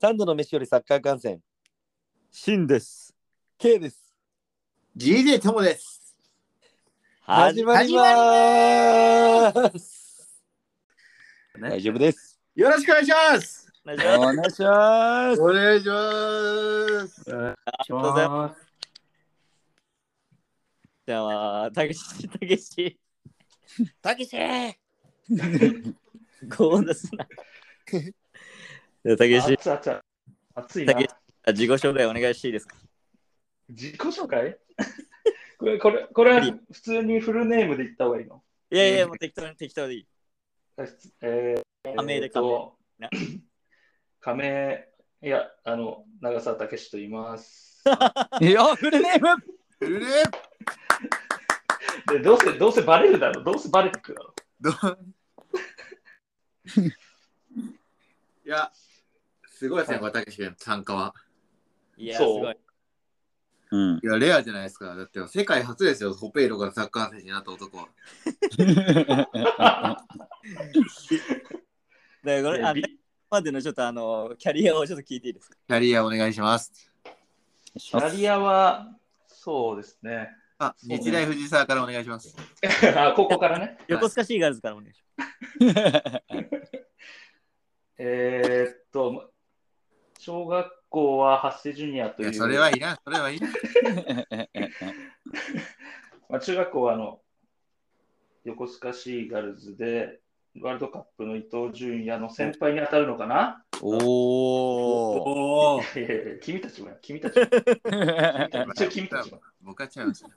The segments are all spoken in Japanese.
三度の飯よりサッカー観戦シンです。 K です。 GJ ともです。始まります。ね大丈夫です。よろしくお願いします。お願いします。お願いします。ありがとうございます。じゃあ、たけし、たけし、たけし こう出 すな。じゃあたけし、熱々熱いたなけ。し自己紹介お願いしていいですか自己紹介 これ、これ、これは普通にフルネームで言った方がいいの。いやいや、もう適当に適当でいい。えー、仮名でえーと 仮仮名、いや、あの、長澤たけしと言います。 いや、フルネームうれで、どうせ、どうせバレるだろう。どうせバレてくだろう。どういや、すごいですね、はい私の参加は。いや、すそうごい。うん。いや、レアじゃないですか。だって世界初ですよ、ホペイロからサッカー選手になった男は。で、これ、あでここまでのちょっとあの、キャリアをちょっと聞いていいですかキャリアお願いします。キャリアは、そうですね。 あ、日大藤沢からお願いします。あ、ここからね。横須賀シーガールズからお願いしえー、っと、小学校は発生ジュニアといいう。や、それはいらん、それはいらん。まあ、中学校はあの横須賀シーガルズでワールドカップの伊東純也の先輩に当たるのかなます。おお。おお。いやいやいや君たちもや、君た ちも。一応君たちも。僕は違うんですよ。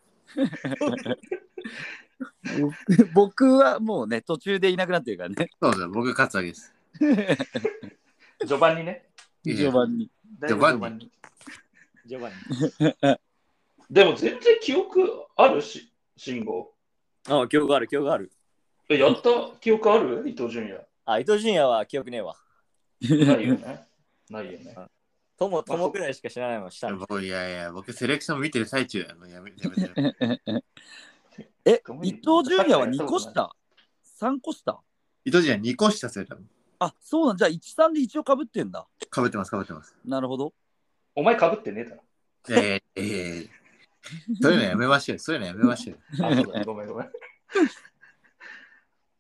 僕はもうね、途中でいなくなってるからね。そうです僕が勝つわけです。序盤にね。いや盤に。だいぶ序盤に。序盤に。でも全然記憶あるし、信号。あ、記憶ある、記憶ある。えやった記憶ある伊東純也。あ、伊藤純也は記憶ねえわ。ないよね。 ないよね。とも、ともくらいしか知らないもん、したの。僕いやいや、僕セレクション見てる最中だよ。やめやめて。 えご、めん伊藤純也は2個下 ?3 個下伊藤陣2個下するあ、そうなんじゃあ、1、3で一応かぶってんだ。かぶってます、かぶってます。なるほど。お前かぶってねえだろ。ええええそういうのやめましょうよ。そういうのやめましょうよ。 あそうだねごめんごめん。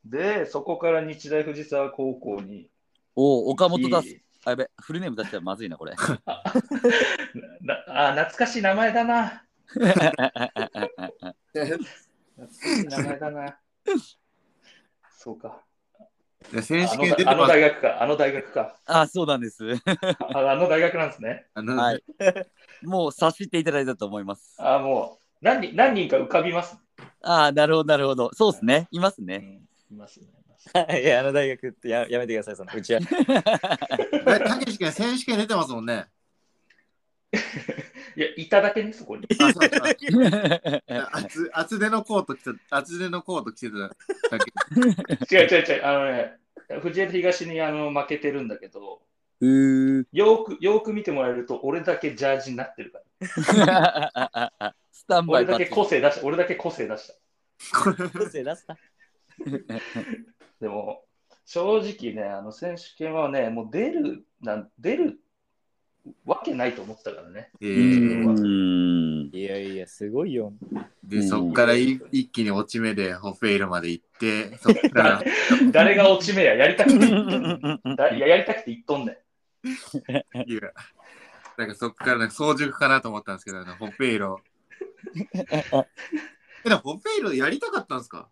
で、そこから日大藤沢高校に。おお、岡本だ出す。あ、やべ、フルネーム出したらまずいな、これ。 なあ懐かしい名前だな。懐かしい名前だな。そうか。であ選手の権出てあのます。大学か。あの大学か。あ、そうなんです。ああの大学なんですね。あのはい。もう察していただいたと思います。あもう何人何人か浮かびます。あー、なるほど、なるほど。そうですね。いますね。いますね。います いや、あの大学ってややめてください、そのうちは。えたけし君、選手権出てますもんね。いや、いただけね、そこに。あ、そうそう 厚厚手のコート着て、厚手のコート着てただけ。違う違う違う。あのね、藤枝東にあの負けてるんだけど、 うー。 よーくよーく見てもらえると、俺だけジャージになってるから。スタンバイ俺バッだけチリ個性出した。俺だけ個性出した。これ個性出すな。でも、正直ね、あの選手権はね、もう出るなん、出るわけないと思ってたか らね。えんえいやいや、すごいよ。で、そっからい一気に落ち目でホフェイルまで行って、そっから、誰が落ち目や、やりたくて言っ とんね んだいいや、やりたくて言っとんねん。いやなんかそっからなんか早熟かなと思ったんですけど、あのホフェイロ。え、でもホフェイロやりたかったんですか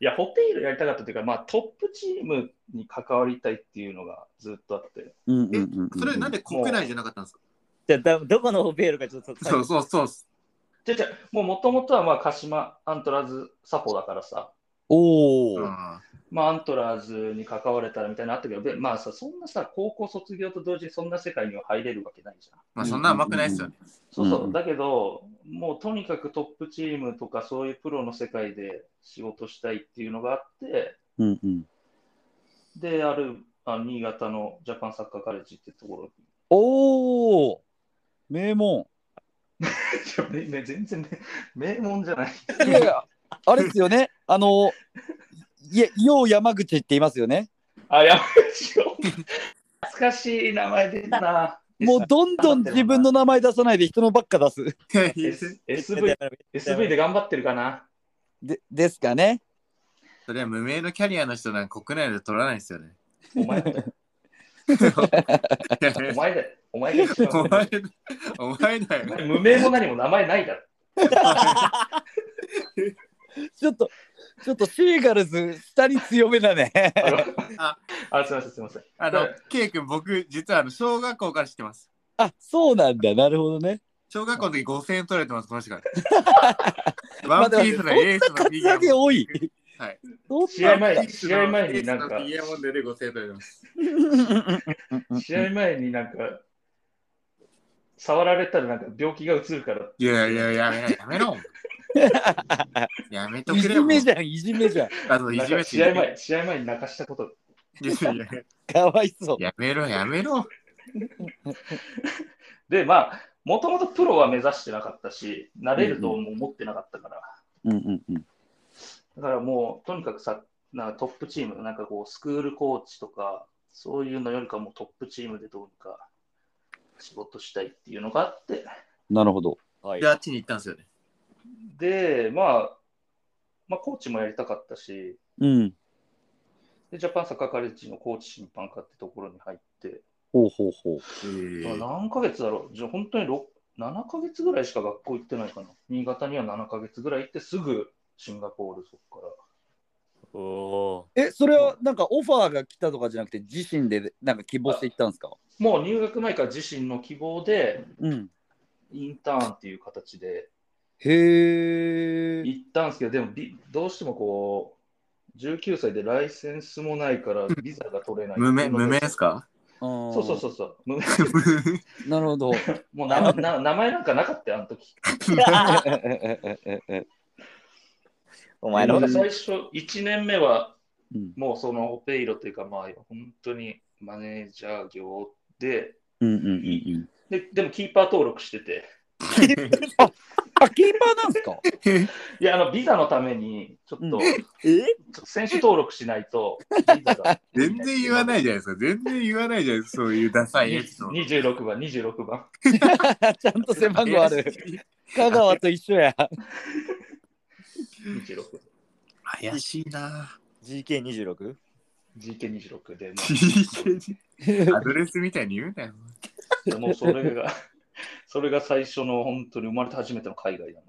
いや、ホペイルやりたかったというか、まあ、トップチームに関わりたいっていうのがずっとあって、えそれなんでで国内じゃなかったんですかじゃあだどこのホペールかちょっと。そうそうそうっす。じゃじゃもう元々はまあ鹿島アントラーズサポだからさ、おお、うんまあ、アントラーズに関われたらみたいなのあったけど、でまあさ、そんなさ、高校卒業と同時にそんな世界には入れるわけないじゃん。まあそんな甘くないっすよね。そうそう、うんだけど、もうとにかくトップチームとか、そういうプロの世界で仕事したいっていうのがあって、うんうん、で、あるあ新潟のジャパンサッカーカレッジってところおお名門 にいや、めめ全然、め名門じゃない。いやいやあれですよね。あの、いえ、よう山口って言いますよね。あ、やめましょう。懐かしい名前出たな。もうどんどん自分の名前出さないで人のばっか出す。 S- SV, SV で頑張ってるかな。でですかね。 それは無名のキャリアの人なんか国内で取らないですよ ね。お前だよ、お前だよ、お前だよ。 お前だお前だおよ。前無名も何も名前ないだろ。ちょっと、ちょっとシーガルズ、下に強めだね。 あのああ、すみません、すみません。あの、ケイ君、僕、実はあの小学校から知ってます。あ、そうなんだ。なるほどね。小学校の時5000円取られてます、この人 から。まワあンピースのエースのカフィギツュアアゲも。多い。はい。そう試合なんだ前に、試合前になんかフィ、ギュアモンデルで5000円取られてます。試合前になんか、触られたらなんか病気がうつるから。いやいやいや、やめろ。やめ といくれじよ。もうめじゃん、いじめじゃん。あと、いなんじめてか試合前、試合前に泣かしたこと。いやいやかわいそう。やめろ、やめろ。で、まあ、もともとプロは目指してなかったし、なれるとも思ってなかったから。うんうんうん。だからもう、とにかくさ、なんかトップチーム、なんかこう、スクールコーチとか、そういうのよりかもうトップチームでどうにか仕事したいっていうのがあって、なるほど。はいで、。あっちに行ったんですよね。で、まあ、まあ、コーチもやりたかったし、うん。でジャパンサッカーカレッジのコーチ審判科ってところに入って、ほうほうほう。え何ヶ月だろう、じゃあ本当にろ7ヶ月ぐらいしか学校行ってないかな。新潟には7ヶ月ぐらい行って、すぐシンガポール、そこから。おおえ、それはなんかオファーが来たとかじゃなくて、自身でなんか希望していったんですかもう入学前から自身の希望で、うん。インターンっていう形でへえ。行ったんですけど、でもビどうしてもこう、19歳でライセンスもないから、ビザが取れない。ー無名、無名ですかそそうそうそうそう。無名う。なる ほど。もう名前な 名前なんかなかったよ、あの時おな前んかのう方ん最が初1年目はうんもうそのオペイロというかまあ本当にマネージャー業でうんうんうんうん。ででもキーパー登録しててあ、キーパーなんですかいやあのビザのためにちょっと,、うんちょっと選手登録しないとビザが 全然言わないじゃないですか。全然言わないじゃないですか。そういうダサいエピソード。 26番26番 ちゃんと背番号あ る。香川と一緒や。 26怪しいな GK26? GK26 で、 アドレスみたいに言うなよ。まあ、もうそれがそれが最初の本当に生まれて初めての海外だね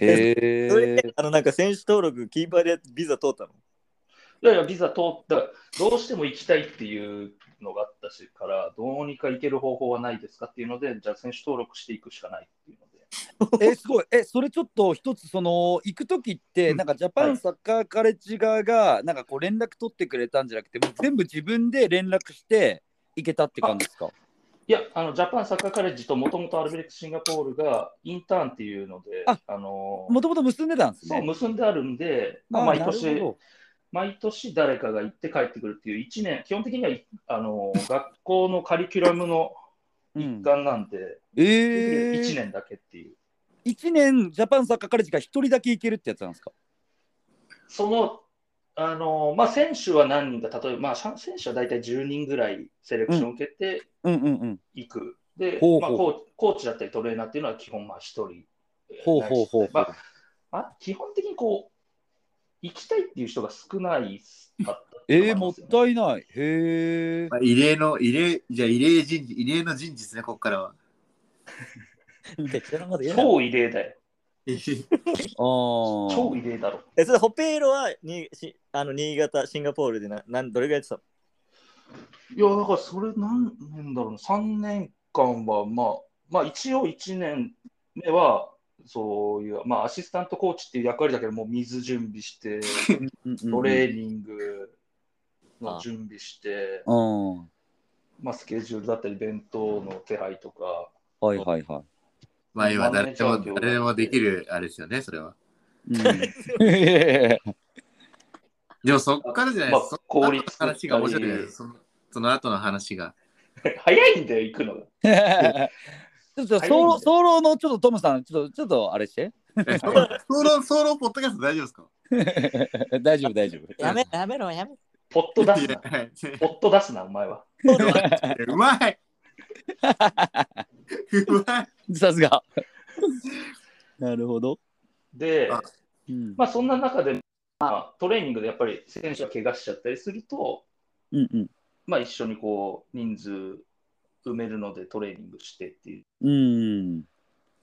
へそれで、あの、なんか選手登録、キーパーでビザ通ったのいやいや、ビザ通った、どうしても行きたいっていうのがあったしから、どうにか行ける方法はないですかっていうので、じゃあ選手登録していくしかないっていうので、え、すごい。え、それちょっと一つ、その、行く時って、うんなんかジャパンサッカーカレッジ側が、なんかこう連絡取ってくれたんじゃなくて、もう全部自分で連絡して行けたって感じですかいや、あのジャパンサッカーカレッジともともとアルベレックスシンガポールがインターンっていうので、あのもともと結んでたんですそうね。結んであるんで、まあ、あ毎なる年ほ毎年誰かが行って帰ってくるっていう1年、基本的にはいあの学校のカリキュラムのどうん一、環なんで、えー、 1年だけっていう。一年ジャパンサッカーカレッジが一人だけ行けるってやつなんですかその、あのまあ、選手は何人か、例えば、まあ、選選手は大体10人ぐらいセレクションを受けてうんうんうん。いく。でほうほうまあコーチ、コーチだったりトレーナーっていうのは基本まあ1人。ほうほうほうほうまあまあ、基本的にこう、行きたいっていう人が少ないかったっていえー、うのがあもるんっですよねたいない。へえ。まあ、異例の、異例、じゃあ異例人事、異例の人事ですね、ここからは。 適当なこと言うな。超異例だよ。あー超異例だろ。え、それ、ホペイロはにしあの新潟、シンガポールでななんどれぐらいやってたのいや、だからそれ何年だろうな、3年間は、まあ、まあ一応1年目は、そういう、まあアシスタントコーチっていう役割だけど、もう水準備して、うんうんうんトレーニングの準備して、うん。まあスケジュールだったり、弁当の手配とか、はいはいはまあ今、誰でも、誰でもできる、あれですよね、それは。い。うん、でもそこからじゃないですか。そまあの後の話が面白い効率ですそのその後の話が。早いんだよ、行くのが。 ちょっと早ソいんだ ロソロのちょっとトムさんちょっとちょっとあれして えソロ、ソロ、ソロポッドキャスト大丈夫ですか大丈夫、大丈夫。やめやめろ、やめろ。ポット出すいやな。はいポット出すな、お前は。うまいうまい さすが。 なるほど。で、あうんまあ、そんな中で、まあ、トレーニングでやっぱり選手が怪我しちゃったりすると、うんうんまあ、一緒にこう人数埋めるのでトレーニングしてっていう。いうん。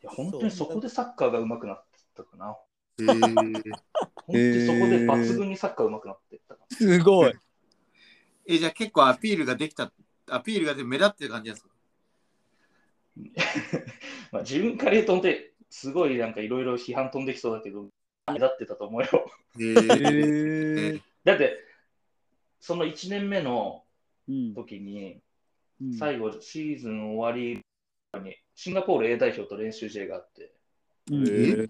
や本当にそこでサッカーが上手くなってったかな。えー本当にそこで抜群にサッカー上手くなってったかな。すごい。えじゃあ結構アピールができたアピールがで目立ってる感じですか まあ、自分から言うと、本当にすごいなんかいろいろ批判飛んできそうだけど、目立ってたと思うよ。 えへーーだって、その1年目のうん時に、うん最後、シーズン終わりに、シンガポール A 代表と練習試合があって、うんえ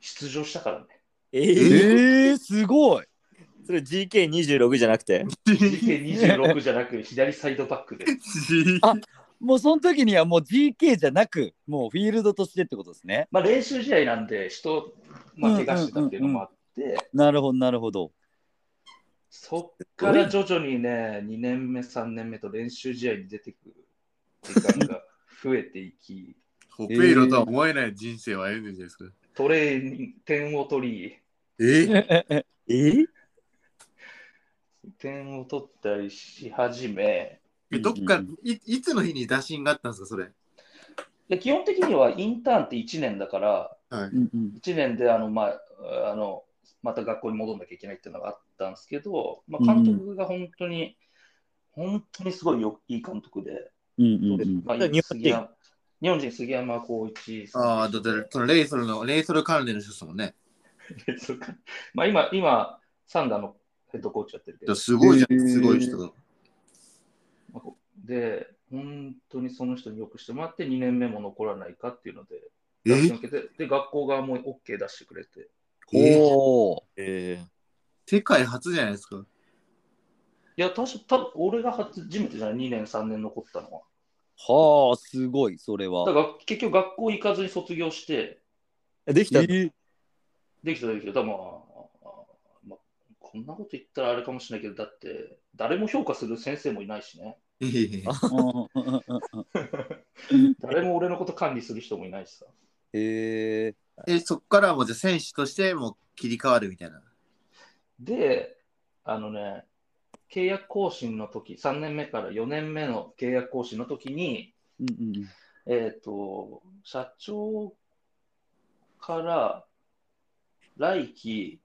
出場し たからね。ええー、ー、すごい。それ GK26 じゃなくて。 GK26 じゃなく、左サイドバッ クで。あもうその時にはもう GK じゃなく、もうフィールドとしてってことですね。まあ、練習試合なんで、人、まあ、怪我してたっていうのもあって、なるほど、なるほど。そっから徐々にね、2年目、3年目と練習試合に出てくる時間が増えていき、ホペイロとは思えない人生を歩んでるじゃないですかトレーニング、点を取り、ええー、点を取ったりし始め、えどっかいいつの日に打診があったんですかそれで基本的にはインターンって1年だから、うんうん1年であの、まあ、あのまた学校に戻んなきゃいけないっていうのがあったんですけど、まあ、監督が本当に、本当にすごいよいい監督で、うんうんうんまあ、日本人杉山日本人杉山浩一さんああだってそのレイソルのレイソル関連の人ですもんね そうかまあ、今、今サンダーのヘッドコーチやってるけど、すごいじゃんすごい人がまあこうで、本当にその人によくしてもらって、2年目も残らないかっていうので、学生えに向けてで学校側も OK 出してくれて、えおお。え世界初じゃないですかいや、確か多分俺が初めてじゃない、2年、3年残ったのは。はあ、すごい、それは。だから結局学校行かずに卒業して、ー、できた、えできたできた、まあ、まあ、こんなこと言ったらあれかもしれないけど、だって、誰も評価する先生もいないしね、ええー誰も俺のこと管理する人もいないしさ。へええそっからもうじゃあ選手としてもう切り替わるみたいなで、あのね、契約更新の時、3年目から4年目の契約更新の時に、うんうんうんえっ、と、社長から来期、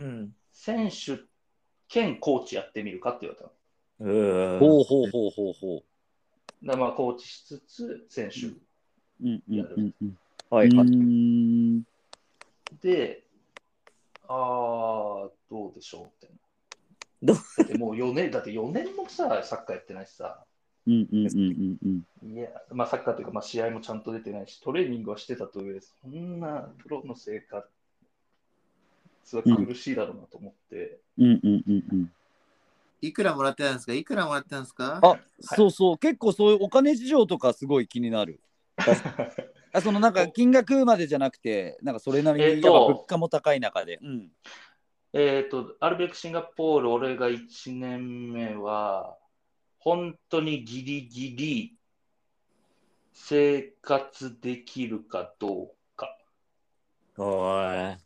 うん、選手兼コーチやってみるかって言われたの。うーほうほうほうほうほだからまあコーチしつつ選手、う。うんうんうんうん。はい、うはいーんで、ああ、どうでしょうみたいな。どうだってもう4年、だって4年もさ、サッカーやってないしさ、うんうんうんうんいや、まあ、サッカーというか、まあ、試合もちゃんと出てないし、トレーニングはしてたと上で、そんなプロの生活は苦しいだろうなと思って、うんうんうんうんうん。いくらもらってたんですかいくらもらってたんですかあそうそう、結構そういうお金事情とかすごい気になる。あそのなんか金額までじゃなくて、なんかそれなりにやえっーぱと物価も高い中で。うんえっと、アルベックシンガポール、俺が1年目は、本当にギリギリ生活できるかどうか。おーい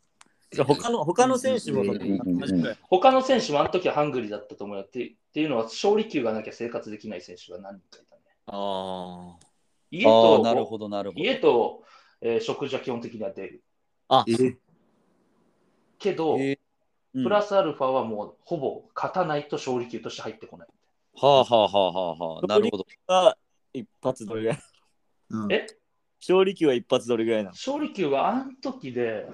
それ他の他の選手もうんそうんうんうん同じくらい他の選手もあの時はハングリーだったと思うよってっていうのは、勝利球がなきゃ生活できない選手が何人かいたね。あ家ああとー、なるほどなるほど。家と、えー食事は基本的には出る。えけど、えープラス。スアルファはもうほぼ勝たないと勝利球として入ってこない。はあはあはあはあはあ。なるほど。あが一発どれぐらいうんえ勝利球は一発どれぐらいなの勝利球はあの時で、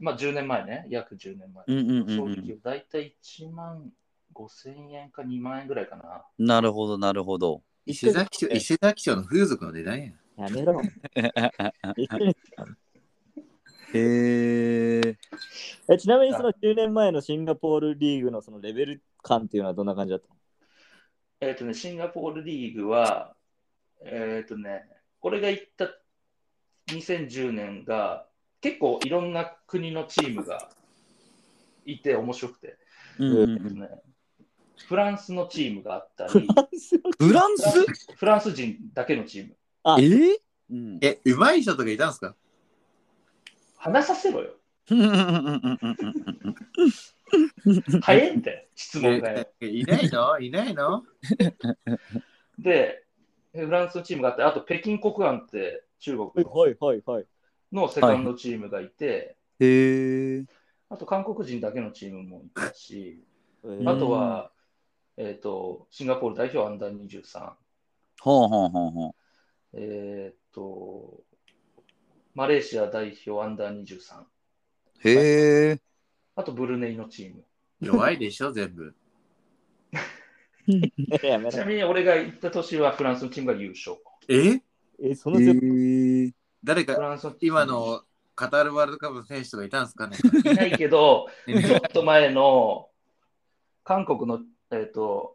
まあ10年前ね、約10年前。うんうんうん勝う利ん。球大体1万5千円か2万円ぐらいかな。なるほどなるほど。伊勢崎町、伊勢崎町の風俗の値段や。や めろ。へえ。えちなみにその9年前のシンガポールリーグのそのレベル感っていうのはどんな感じだったのえっ、とね、シンガポールリーグは、えっ、とね、これが行った2010年が結構いろんな国のチームがいて面白くて、うんうんうんねフランスのチームがあったり、フランスフランス人だけのチーム。あえーうんえ、うまい人とかいたんですか話させろよ。うんうんうんうんうんうん早いんだよ、質問がよ。えいないのいないので、フランスのチームがあって、あと北京国安って中国はいはいはい。のセカンドチームがいて、 へえ。あと韓国人だけのチームもいたし、えうんーあとは、えっとシンガポール代表アンダー23、ほうほうほうほう。えっとマレーシア代表アンダー23、へえ。あとブルネイのチーム。弱いでしょ、全部。やめちなろみに俺が行った年はフランスのチームが優勝。ええ、そのへ全え。誰フかランスのチーム今のカタールワールドカップの選手とかいたんですかねいないけど、いちょっと前の韓国の、えっと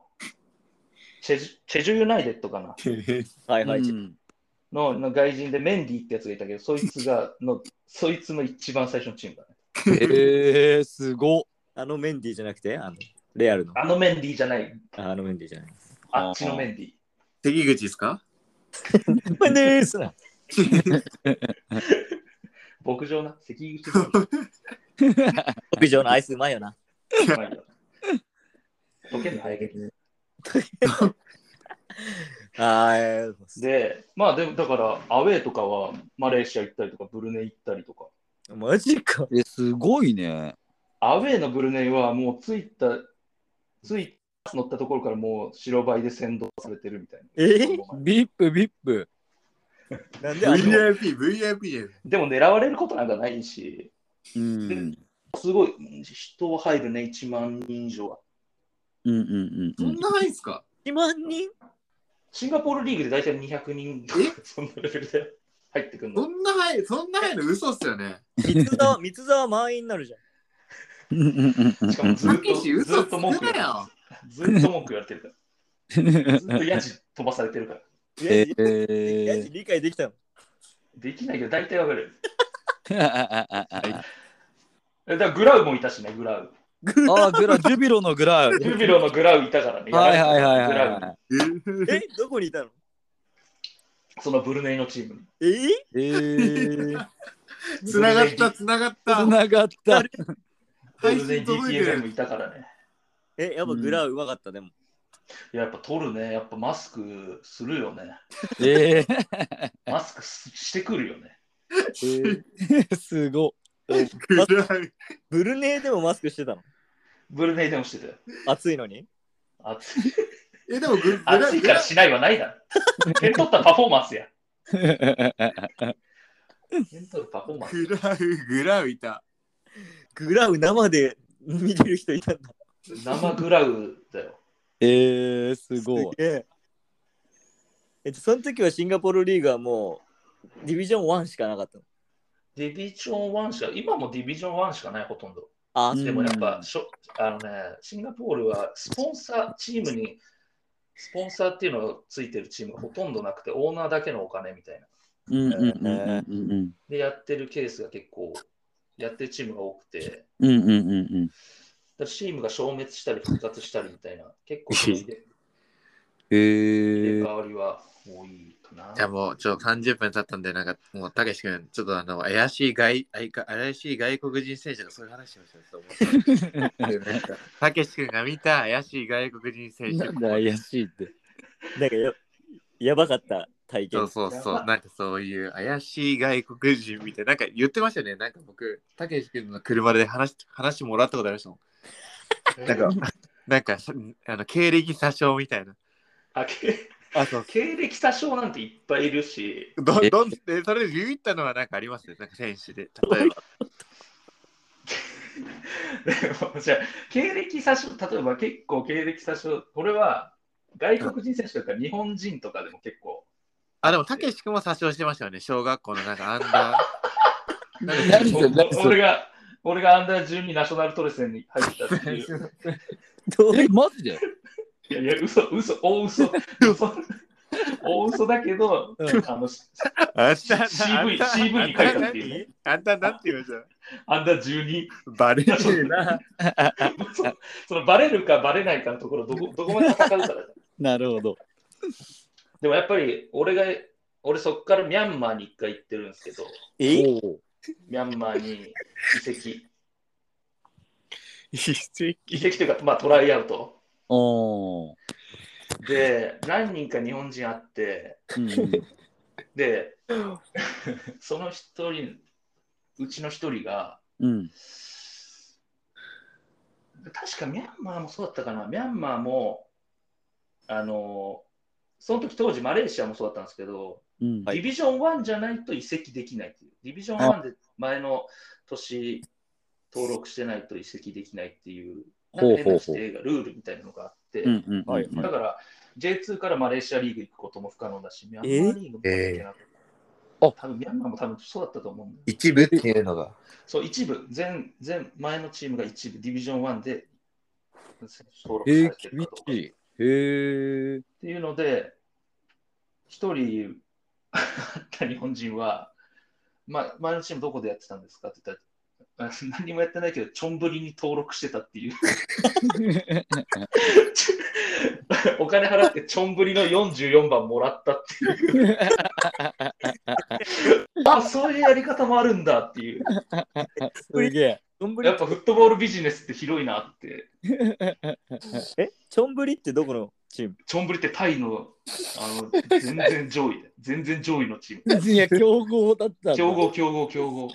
チェジュチェジュユナイテッドかな。はいはうい。んのの外人でメンディーってやつがいたけど、そいつがの、そいつの一番最初のチームだね。へえ、すごっ。あのメンディーじゃなくて、あのレアルの。あのメンディーじゃない、ああのメンディーじゃない。あっちのメンディー。関口ですかメンディーすな。牧場な、関口屋上のアイスうまいよな。の 前だ。溶けるの早いけどあーえーで、まあでもだから、アウェーとかはマレーシア行ったりとか、ブルネイ行ったりとか。マジか。え、すごいね。アウェーのブルネイはもう着いた、着い乗ったところからもう白バイで先導されてるみたいな。えービップビップ。なんであの ?VIP、VIP じゃないでも狙われることなんかないし、うん。すごい人入るね、1万人以上は。うんうんうそんんなないんすか1万人シンガポールリーグで大体200人とか、そんなレベルで入ってくるその。んなない、そんなないの嘘っすよね。三沢、三沢満員になるじゃん。うん。しかもずったけし、とず嘘っつくと文句言なよ。ずっと文句言われてるから。ずっとヤジ飛ばされてるから。え えー。理解できたの。できないけど大体わかる。あえだからグラウもいたしね、グラウ。ー、グラ、ジュビロのグラウ。 ジュビロのグラウいたからね。はいはいはいグはいラはえ、どこにいたのウ、そのブルネイのチームに。えーい。え ー。つながった、つながったつ。ながった。ブ配ルネイ信届いて DTM もる。いたからね。え、やっぱグラウうまかった、でも。いややっぱ取るね、やっぱマスクするよね。えーマスクすしてくるよね。えー。すごっ。暗いブルネイでもマスクしてたの。ブルネイでもしてたよ。暑いのに。暑いえ、でもグ、グラ暑いグからラしないはないだ ろ。点取ったパフォーマンスや。点取るパフォーマンス。グラウ、グラウいた。グラウ生で見れる人いたんだ。生グラウだよ。えー、すごい。すげえ。え、その時はシンガポールリーグはもう、ディビジョン1しかなかったの。ディビジョン1しか、今もディビジョン1しかない、ほとんど。あう、んでもやっぱ、しょあのね、シンガポールはスポンサー、チームに、スポンサーっていうのがついてるチームがほとんどなくて、オーナーだけのお金みたいな。うんうんうんうんうん。で、やってるケースが結構、やってるチームが多くて、うんうんうんうん。だからチームが消滅したり復活したりみたいな、結構そ ういう入えれ替ー。わりは多いかな。じゃあもう、ちょ、30分経ったんで、なんか、もう、たけし君、ちょっとあの、怪しい外、あいか怪しい外国人選手がそういう話をしてると思った。でなんかたけし君が見た怪しい外国人選手なん。だ怪しいって。なんかややばかった体そう験。そうそう、なんかそういう怪しい外国人みたいな、なんか言ってましたよね。なんか僕、たけし君の車で話話もらったことありましたもん。なんか、なんかさあの経歴詐称みたいな。あけあ、そう。経歴詐称なんていっぱいいるし、 どどんでそれでビビったのはなんかありますね。なんか選手で。例えば。でもじゃあ経歴詐称、例えば結構経歴詐称、これは外国人選手とか日本人とかでも結構、あ、でもたけし君も詐称してましたよね。小学校のなんかアンダー。なんか何それ何そ俺れが俺がアンダー12ナショナルトレセンに入ったっていう。 どういえう、マジでいやいや、嘘、嘘、大嘘。嘘大嘘だけど、うんああの、ん CV あんた CV に書いてあるっていうねあんた何て言いましたアンダー12。バレるな。そ そのバレるかバレないかのところど こ、どこまで戦うから。なるほど。でもやっぱり、俺が、俺そっからミャンマーに一回行ってるんですけど、えおうミャンマーに移籍、遺跡。移籍というか、まあトライアウト。おー。で、何人か日本人あって、うん う で、その一人、うちの一人が、ん。うん。確かミャンマーもそうだったかな、ミャンマーも、あのその時当時マレーシアもそうだったんですけど、うん。ディビジョン1じゃないと移籍できないっていう、ディビジョン1で前の年登録してないと移籍できないっていう、なんか変な規定がルールみたいなのがあって、うんうんうん。はいだから J2 からマレーシアリーグ行くことも不可能だし、ミャンマーリーグも行けなかったえーあ多分ミャンマーも多分そうだったと思うんだよ一部っていうのが。そう、一部、全、全、前のチームが一部、ディビジョン1で選手登え録さー厳れて、るかとかっしい。へえ。ていうので、一人あった日本人は、ま、前のチームどこでやってたんですかって言ったら、あ 何もやってないけど、チョンブリに登録してたっていう、 お金払ってチョンブリの44番もらったっていう、 あ、そういうやり方もあるんだっていう、すげえ。チョンブリやっぱフットボールビジネスって広いなって。えチョンブリってどこのチームチョンブリってタイのあの全然上位で、全然上位のチーム。いや、強豪だったんだ。強豪、強豪、強豪。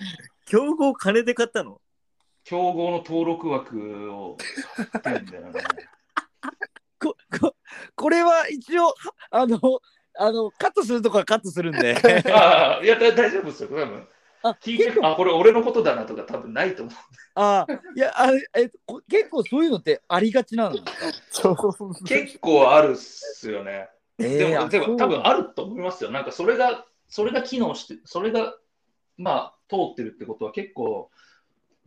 競合金で買ったの強豪の登録枠を買ってんだよね。こここれは一応あのあのカットするとこはカットするんでああ、いや、だ大丈夫ですよ、多分あ聞いて結構あ、これ俺のことだなとか多分ないと思う。あいやあえこ結構そういうのってありがちなの結構あるっすよね。でも、でも多分あるると思いますよ。なんかそれが、それが機能して、それが、まあ、通ってるってことは結構、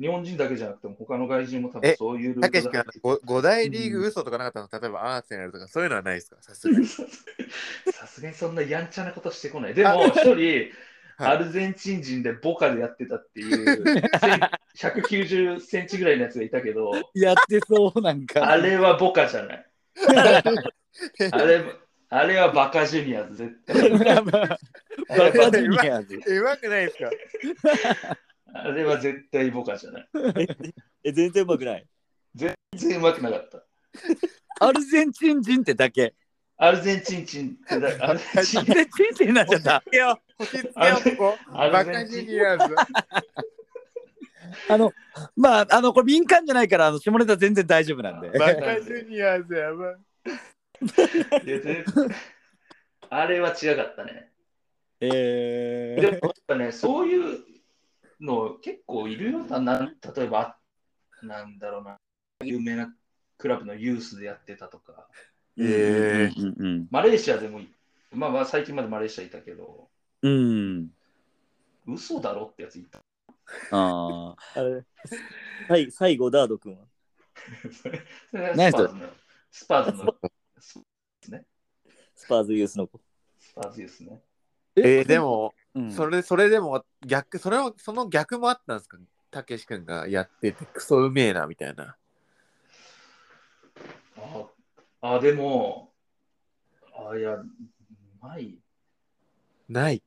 日本人だけじゃなくても、他の外人も多分えそういうルーたルけし君、5大リーグ嘘とかなかったの例えばアーセナルとかそういうのはないですかさすがに。さすがにそんなやんちゃなことしてこない。でも、一人、はいアルゼンチン人でボカでやってたっていう、190センチぐらいのやつがいたけど、やってそうなんかあれはボカじゃ ない。あれあれはバカジュニアズ絶対。バカジュニアズ うまくないですかあれは絶対ボカじゃない。ええ全然うまくない全然うまくなかった。アルゼンチン人ってだ けアルゼンチン人ってだ、アルゼンチアンルゼンチン人になっちゃったいや、星つけよあれう、ここ。あれバカジュニアー ズ。あの まああのこれ民間じゃないからあの下ネタ全然大丈夫なんでバカジュニアーズやばい。いや絶あれは違かったね。えでもやっぱね、そういうの結構いるよな、なん例えば、なんだろうな、有名なクラブのユースでやってたとか、えー、うんマレーシアでもいまあまあ最近までマレーシアいたけど、うん、うん、嘘だろってやついた。ああれはい最後ダード君はそれ何スそパれーズの、スパーズの、ススパーズユースの子スパーズですね。えー、でも、ー、うんそれそれでも逆、それをその逆もあったんですかたけし君がやってて、クソうめえなみたいな。ああ、でも、あいや、うまい。ない。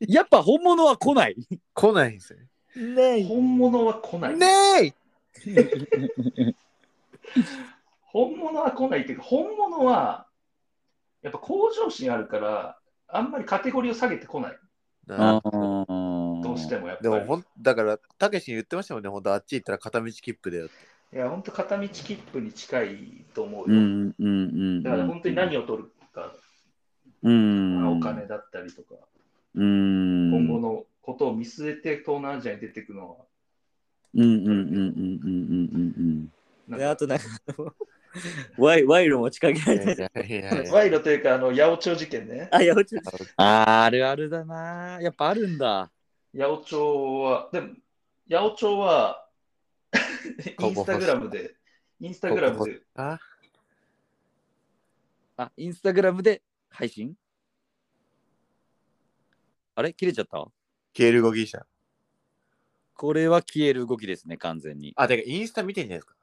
やっぱ本物は来ない来ないんですよね。ねえ本物は来ない。ね本物は来ないっていうか、本物は、やっぱ向上心あるから、あんまりカテゴリーを下げてこない。えあどうしてーもやっぱでり。もほん、だから、たけしに言ってましたもんね、ほんと、あっち行ったら片道切符だよって。 いや、本当片道切符に近いと思ううよ。んうんうんだから本当に何を取るか、うんお金だったりとか、うん今後のことを見据えて東南アジアに出ていくのは、うんうんうんうんうんうんなんでかあとなんかあの賄賄賂持ちかけられたりいやいやいや賄賂というか、あの、八百長事件ね。あいや落ちあーあるあるだなやっぱあるんだ八百長は、でも、八百長は、イこンこスタグラムで、インスタグラムで、ああインスタグラムで配信あれ切れちゃった消える動きした。これは消える動きですね、完全に。あ、てか、インスタ見てんじゃないですか。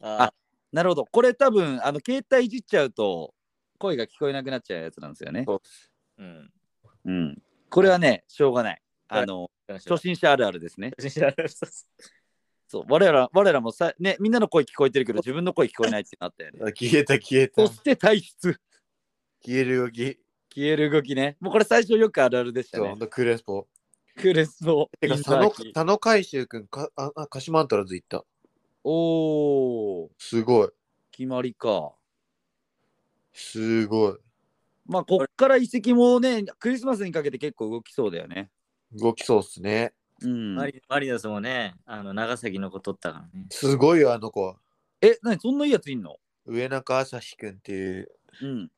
あなるほど。これ多分、あの、携帯いじっちゃうと、声が聞こえなくなっちゃうやつなんですよね。ーうん。うん。これはね、しょうがない。あの、初初心者あるあるですね。心者そう、我ら、我らもさ、ね、みんなの声聞こえてるけど、自分の声聞こえないってなったよね。あ消えた、消えた。 そ消して体質。える動き。消える動きね。もうこれ最初よくあるあるでしたそう、ほねん。とクレスポ。クレスのてか、佐野、佐野海舟君、か、あ、あ鹿島アントラーズ行った。おー、すごい。決まりか。すごい。まあ、こっから移籍もね、クリスマスにかけて結構動きそうだよね。動きそうっすね。うん。マリマリノスもね、あの長崎の子取ったからね。すごいよ、あの子は。え、なにそんないいやついんの上中朝日君っていう、うん。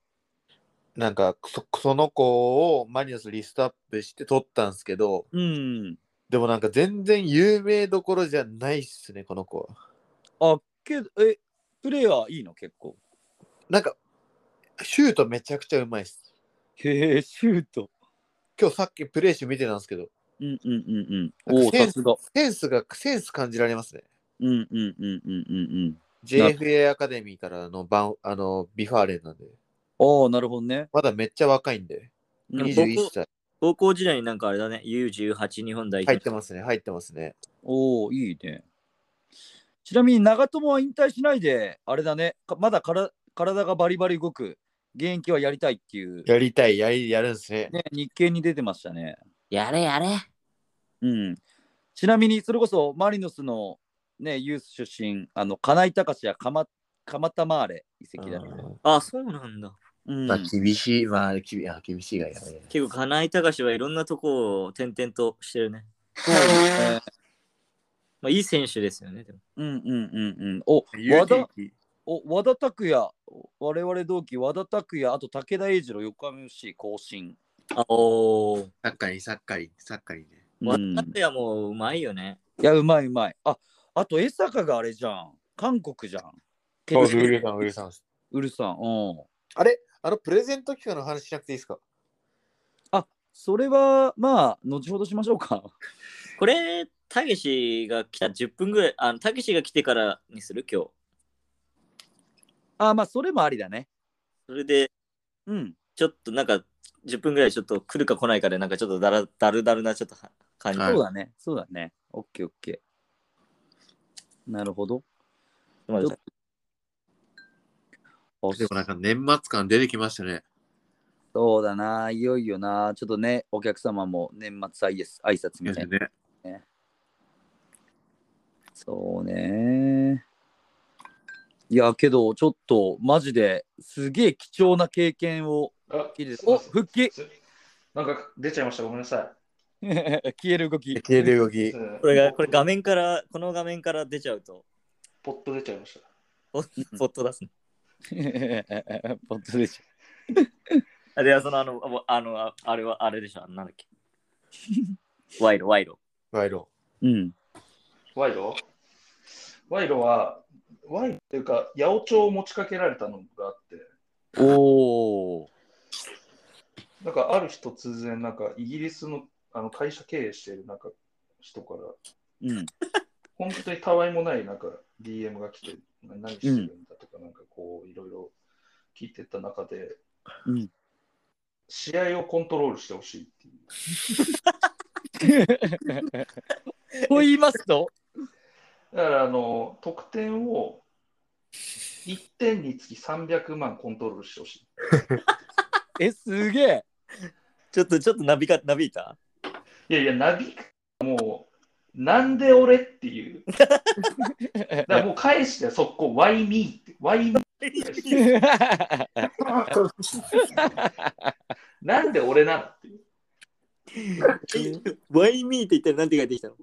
なんかそ、その子をマリノスリストアップして取ったんすけど、うん。でもなんか全然有名どころじゃないっすね、この子は。あ、けど、え、プレイヤーいいの結構。なんか、シュートめちゃくちゃうまいっす。へえ、シュート。今日さっきプレー集見てたんですけど、うんうんうんうん。なんおかーセンさすが。センスが、センス感じられますね。うんうんうんうんうんうん。 JFA アカデミーからのバンあのビファーレンなんで、ああ、なるほどね。まだめっちゃ若いんで、でも21歳。高校時代になんかあれだね、U18 日本代入っ表。てますね、入ってますね。おお、いいね。ちなみに長友は引退しないで、あれだね、かまだから体がバリバリ動く、現役はやりたいっていう、やりたい、やりやるんですね。ね、日経に出てましたね。やれやれ。うん。ちなみに、それこそマリノスの、ね、ユース出身、あの金井隆や鎌鎌田マーレ移籍だね。あ、そうなんだ。うんまあ、厳しい、まあ、きびあ厳しいがやばいね。結構、金井隆はいろんなとこを転々としてるね。そうですねまあ、いい選手ですよね。でもうんうんうんうん。お、ユ和ーティ田リティお和田拓也、我々同期和田拓也、あと武田英二郎、横浜 FC 更新。あおー。サッカーに、サッカーに、サッカーにね。渡うん辺はもううまいよね。いや、うまいうまい。あ、あと江坂があれじゃん。韓国じゃん。あウルさん、ウルさん。ウルさん。うん。あれあの、プレゼント期間の話しなくていいですかそれは、まあ、後ほどしましょうか。これ、たけしが来た10分ぐらい、あのたけしが来てからにする今日。あ、まあ、それもありだね。それで、うん。ちょっとなんか、10分ぐらいちょっと来るか来ないかで、なんかちょっとだらだるだるなちょっとは感じ。はいそうだね。そうだね。オッケーオッケー。なるほど。ごめんなさいあでもなんか年末感出てきましたね。そうだな。いよいよな。ちょっとね、お客様も年末挨拶挨拶みですたいな。ね。そうね。いや、けど、ちょっと、マジで、すげえ貴重な経験を。 あいいですすいお、ません復帰すなんか出ちゃいました。ごめんなさ消える動き。消える動い。きすい。ませんこれが、これ画面から、この画面から出ちゃうと、ポッと出ちゃいました。ポんッポッと出すね。 ポットでしょ。あで、その、あの、あもうあの、ああれは、あれでしょ、あのなんだっ け。賄賂、賄賂。賄賂。うん。賄賂賄賂は、賄賂っていうか、八百長を持ちかけられたのがあって、おお。なんかある日突然、なんかイギリスのあの会社経営しているなんか人から、うん。 本当にたわいもないなんか DM が来て、何してるんだとか、なんかこう、いろいろ聞いてった中で、うん試合をコントロールしてほしいっていう。 と言いますと、だから、あの、得点を1点につき300万コントロールしてほしい。え、すげ え。ちょっと、ちょっとなびか、なびいたいやいや、ナビもう、なんで俺っていう。だからもう返してよ、速攻、why me って、why me なんで俺なのっていう。ワイミーって言ったらなんて書いてきたの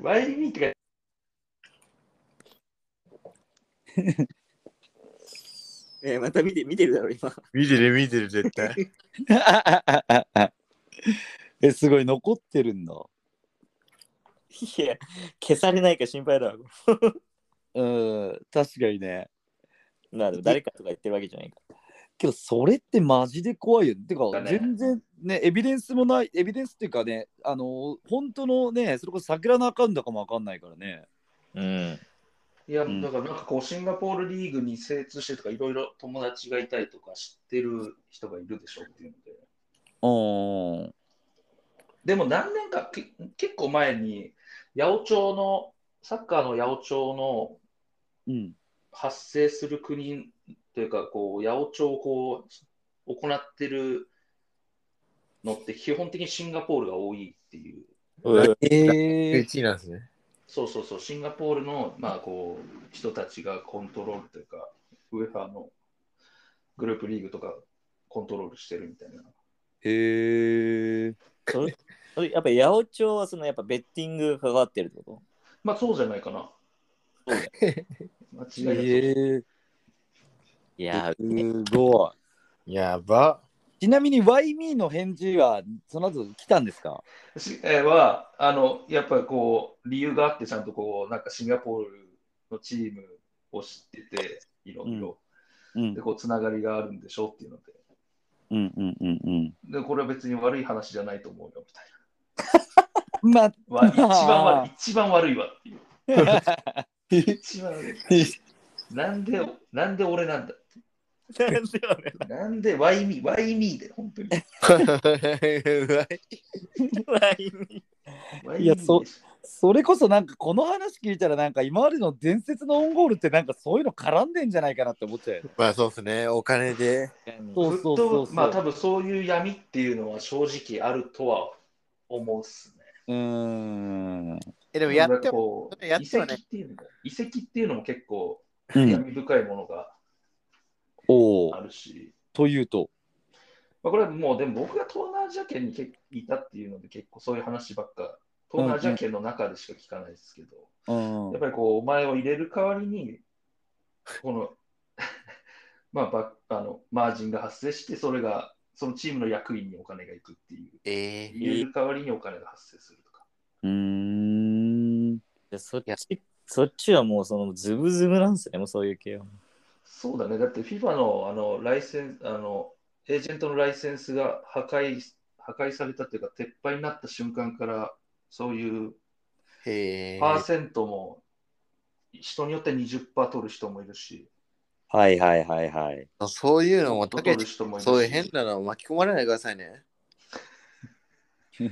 why me ってか、えーまた見て見てるだろ、今。 見てる見てる、絶対。 え、すごい、残ってるんだ。いや、消されないか心配だろ。うん、確かにね。なる誰かとか言ってるわけじゃないか。けどそれってマジで怖いよね。てか、だね全然ねエビデンスもないエビデンスっていうかねあの本当のねそれこそ桜のアカウントかもわかんないからね。うん。いや、んだからなんかこう、シンガポールリーグに精通してとか、いろいろ友達がいたりとか、知ってる人がいるでしょっていうので。うん。でも何年かけ結構前に、八百長の、サッカーの八百長のうん。発生する国というか、こう、八百長をこう、行ってるのって、基本的にシンガポールが多いっていう。ええー。 1位なんですね。そうそうそう、シンガポールの、まあ、こう人たちがコントロールというか、ウェファーのグループリーグとかコントロールしてるみたいな。へえ。それそれやっぱ八百長はそのやっぱベッティングがかかってるってこまあ、そうじゃないかな。間違いなくええ。といやー、すごい。やば。ちなみに YME の返事はその後来たんですかしえーはあのやっぱりこう理由があってちゃんとこうなんかシンガポールのチームを知ってていろいろうんでこうつながりがあるんでしょっていうのうんうんうんででこれは別に悪い話じゃないと思うよみたいうん。まあなわ一番あ悪ーい一番悪いわっていう 一番悪いなんでなんで俺なんだ なんでよねなんで Why me? Why me? で本当に Why me いやそうですそれこそなんかこの話聞いたらなんか今までの伝説のオンゴールってなんかそういうの絡んでんじゃないかなって思っちゃうよね。 まあそうですね。お金で。そうそうそうずそっう。とまあ多分そういう闇っていうのは正直あるとは思うっすねうーん。え、でもやっても。もやってはね遺跡っていうのも遺跡っていうのも結構うん、闇深いものがおおあ。るし、というと。まあ、これはもうでも僕が東南アジア圏に結いたっていうので結構そういう話ばっか東南アジア圏の中でしか聞かないですけど、うんやっぱりこうお前を入れる代わりにこの まあばあのマージンが発生してそれがそのチームの役員にお金がいくっていうえ入れる代わりにお金が発生するとかうーん。でそっちそっちはもうそのズブズブなんですね、もうそういう系は。そうだね。だって FIFA のあのライセンス、あの、エージェントのライセンスが破壊、破壊されたというか、撤廃になった瞬間から、そういうー、えパーセントも、人によって20%取る人もいるし、はいはいはい はい。そういうのも、た取けるし人もいるし、そういう変なの巻き込まれないでくださいね。い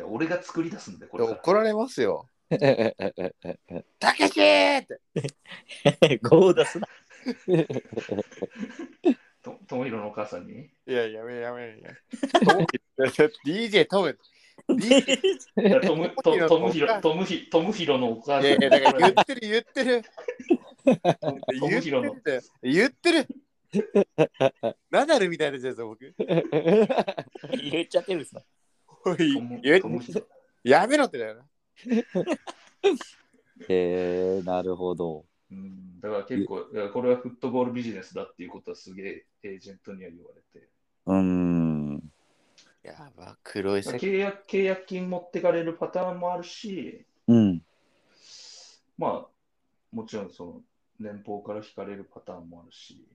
や俺が作り出すんで、これから。怒られますよ。たけしって。ゴーダスだ。と、ともひろのお母さ んに。いや、やめやめやめ。DJ ト ム。DJ いやとむ、と、とトむムヒひろ、ロとむひ、とむひろのお母いさやんいにや、だから言ってる言ってる。 トム言っヒてロのるんだよ。言ってる。 ナダルみたいなやつですよ、僕。言っちゃってるんですね。おといむ言っとむひろやめろってだよな。へえ、なるほど。うん、だから結構、いやこれはフットボールビジネスだっていうことはすげえエージェントには言われて。うーん。やば、黒い世界。契約契約金持ってかれるパターンもあるし、うん。まあ、もちろんその年俸から引かれるパターンもあるし、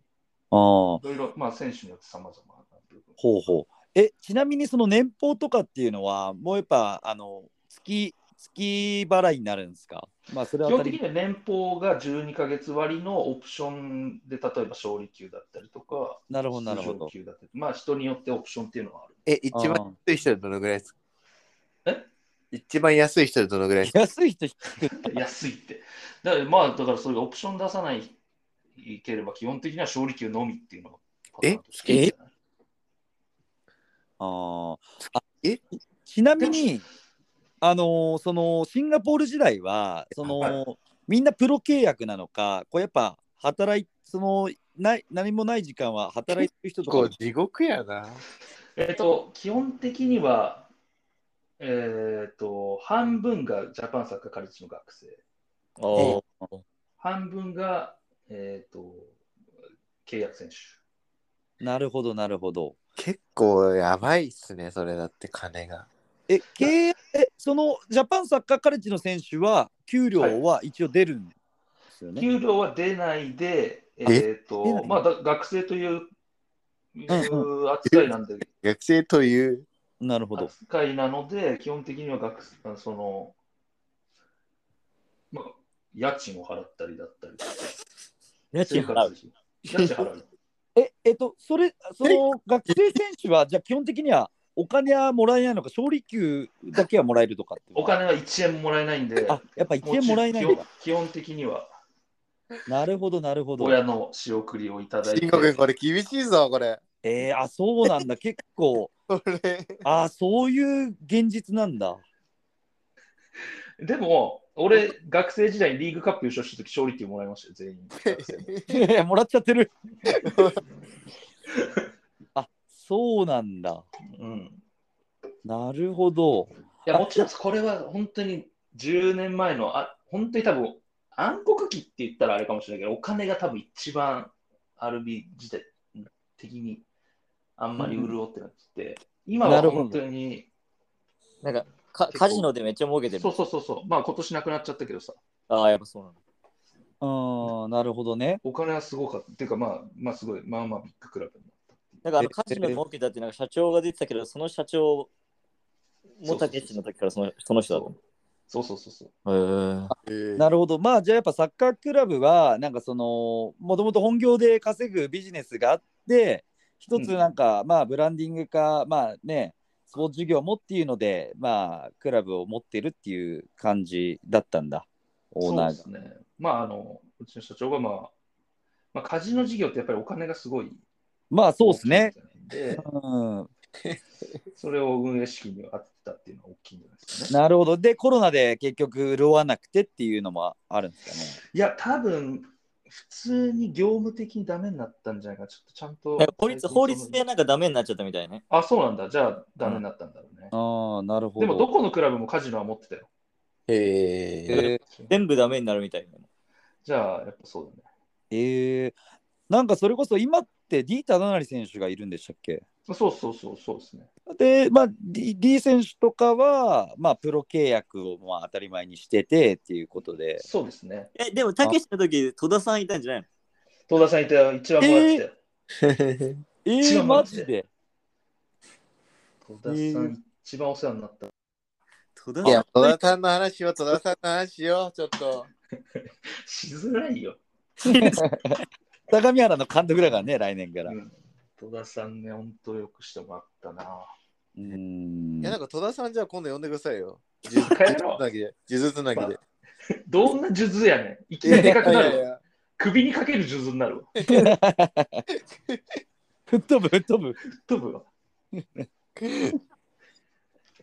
ああ。ほいろいろ、まあ、選手によってさまざまな部分。うほう。え、ちなみにその年俸とかっていうのは、もうやっぱ、あの、月、月払いになるんですかまあ、それは基当本た的りには年俸が12ヶ月割のオプションで、例えば勝利級だったりとか、なるほど、なるほ出ど場。級だったり、まあ人によってオプションっていうのはある。え、一番安い人はどのぐらいですかえ一番安い人はどのぐらいですか安い人低く安いって。だからまあ、だからそういうオプション出さないければ、基本的には勝利級のみっていうのがパターンとしていいんじゃないあーあえちなみにあのーそのシンガポール時代はその、はみんなプロ契約なのかこうやっぱ働いそのない何もない時間は働いてる人とこかう地獄やな。えっと、基本的には、えっと、半分がジャパンサッカーカレッジの学生、おー半分が、えっと、契約選手。なるほどなるほど結構やばいっすね、それだって金が。え契約えそのジャパンサッカーカレッジの選手は給料は一応出るんですよね、給料は出ないで、えっ出なと、いまあ、だ学生という水扱いなんで、学生という、なるほど。扱いなので、基本的には学あのその、まあ、家賃を払ったりだったり、家生活費家賃払う。え、えっと、それ、その学生選手は、じゃあ基本的にはお金はもらえないのか、勝利給だけはもらえるとかっていうのおは金は1円もらえないんで、あ、やっぱ1円もらえない基の本か。基本的にはなるほど、なるほど。親の仕送りをいただいて慎吾、君、これ厳しいぞ、これ。えー、あ、そうなんだ。 結構、こ れ。あ、そういう現実なんだ。でも、俺、学生時代にリーグカップ優勝した時勝利ってもらいましたよ、全 員。学生のいやいやもらっちゃってる。あ、そうなんだ。うんなるほど。いや、もちろんこれは本当に10年前の、あ本当に多分暗黒期って言ったらあれかもしれないけど、お金が多分一番 RB 時代的にあんまり潤ってなくて、今なはるほど本当に、なんかか、カジノでめっちゃ儲けてるそう。そうそうそう、まあ今年なくなっちゃったけどさ、ああ、やっぱそうなの。うん、なるほどね。お金はすごかった。っていうか、まあ、まあすごい、まあまあビッグクラブになった。なんかあのカジノで儲けたってなんか社長が出てたけど、その社長もたけしの時からそのその人だとそうそうそうそう。思う。えへーなるほど。まあ、じゃあやっぱサッカークラブは、なんかその、もともと本業で稼ぐビジネスがあって、一つなんか、まあ、ブランディングか、まあね、スポーツ事業もっていうので、まあ、クラブを持ってるっていう感じだったんだ、オーナーがそ。うですね。まあ、あの、うちの社長が、まあ、まあ、カジノ事業ってやっぱりお金がすごい。まあ、そうですね。。で、うん、それを運営資金に当てたっていうのは大きいんじゃないですかね。なるほど。で、コロナで結局、潤わなくてっていうのもあるんですかね。いや、多分普通に業務的にダメになったんじゃないか、ちょっとちゃんとえ。法律法律でなんかダメになっちゃったみたいね。あ、そうなんだ。じゃあ、ダメになったんだろうね。ああ、なるほでど。も、どこのクラブもカジノは持ってたよ。えーえー全部ダメになるみたいな。じゃあ、やっぱそうだね。えーなんかそれこそ今ってディータ・ダナリ選手がいるんでしたっけそうそうそう、そうですね。で、まあ、D, D 選手とかは、まあ、プロ契約をまあ当たり前にしててっていうことで。そうですね。え、でもたけしの時、戸田さんいたんじゃないの戸田さんいたよ、一番もらってたよ。え違ー、うママジでジで戸田さえん、一番お世話になった。戸田いさやん、戸田さんの話を、戸田さんの話を、ちょっと。しづらいよ。高見原の監督だからね、来年から。ううん戸田さんね、本当よくしてもらったな。ーんいや、なんか戸田さんじゃあ今度呼んでくださいよ。バカ野郎呪術つなぎで。呪術つなぎで。どんな数珠やねん。いきいなやりいやでかくないるわ。や首にかける数珠になるわ。吹っ飛ぶ、吹っ飛ぶ。飛ぶわ。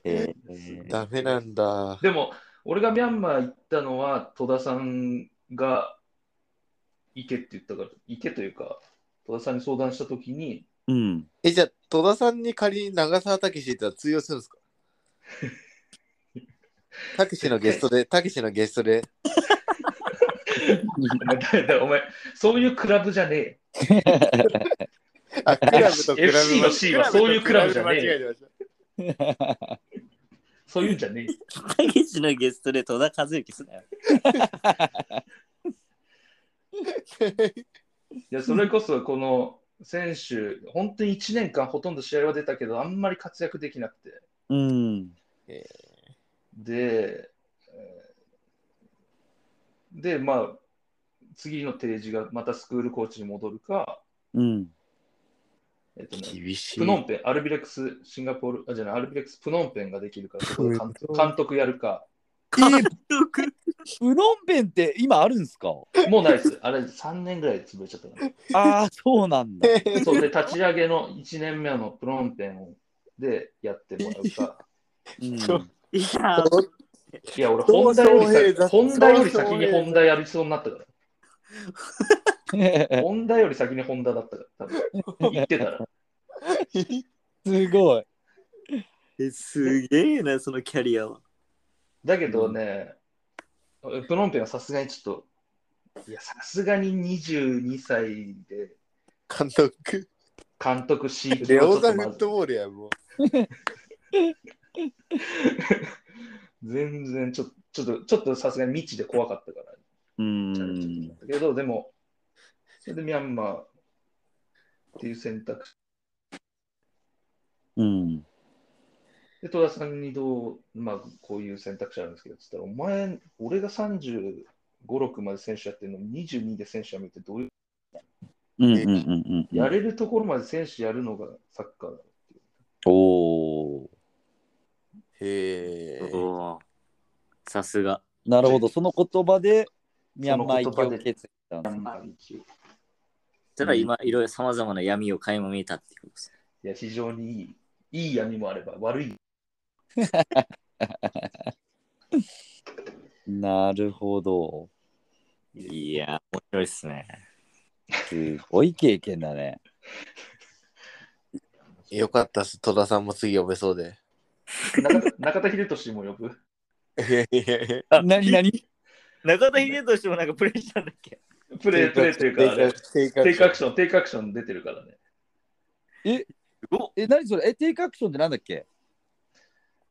えダメなんだ。でも、俺がミャンマー行ったのは、戸田さんが行けって言ったから、行けというか、戸田さんに相談したときに、うん。え、じゃあ、戸田さんに仮に長澤たけしって言ったら通用するんです かたけしのゲストで、たけしのゲストで。お前、誰だお前そういうクラブじゃねえ。あ、クラブとクラブ FC の C はそういうクラブじゃねえ間違えてましたそういうんじゃねえ。たけしのゲストで戸田和幸すなよ。いや、それこそ、この選手、本当に1年間ほとんど試合は出たけど、あんまり活躍できなくて。うん。で、えーで、まあ、次の提示がまたスクールコーチに戻るか、うん。えっとね、厳しプノンペン、アルビレックス、シンガポール、あ、じゃない、アルビレックス、プノンペンができるから、 そこで監督監督やるか。うどん弁って今あるんすかもうないです。 あれ、3年ぐらいで潰れちゃったかああ、そうなんだ。ら。そうで、立ち上げの1年目のプノンペンをでやってもらう か。うんいや、いや、俺、本田よりそうそう平先座本田よりそ先うそうに平座本田やりそうになったから。本田より先に本田だったから、多 分。言ってたら。 すごい。えすげえな、そのキャリアは。だけどね、プノンペンはさすがにちょっと、いや、さすがに22歳で監 督。監督し、レオザフットボールや、もう。全然ちょ、ちょっと、ちょっとさすがに未知で怖かったから、うチャレンジんだ。ったけど、でも、それでミャンマーっていう選択肢うん。で、戸田さんにどう、まあ、こういう選択肢あるんですけど、つったら、お前、俺が35、6まで選手やってるのに、22で選手やめて、どういう、うんうんうんうん。やれるところまで選手やるのがサッカーだ。おーへえ。おーさすが。なるほど。その言葉で、ミャンマー行きを決意したんですね。いそしたら今、いろいろさまざまな闇を垣間見えたっていうことです。や、非常にいい。いい闇もあれば、悪い。なるほど。いやー、面白いですね。すごい経験だね。よかったっす。戸田さんも次呼べそう で。中田中田秀俊も呼ぶ。なになに中田秀俊もなんかプレッシャーだっけプレー、プレーというか、あれ定テ格イクアクション、テイクアクション出てるからね。え、なにそれえ、テイクアクションってなんだっけ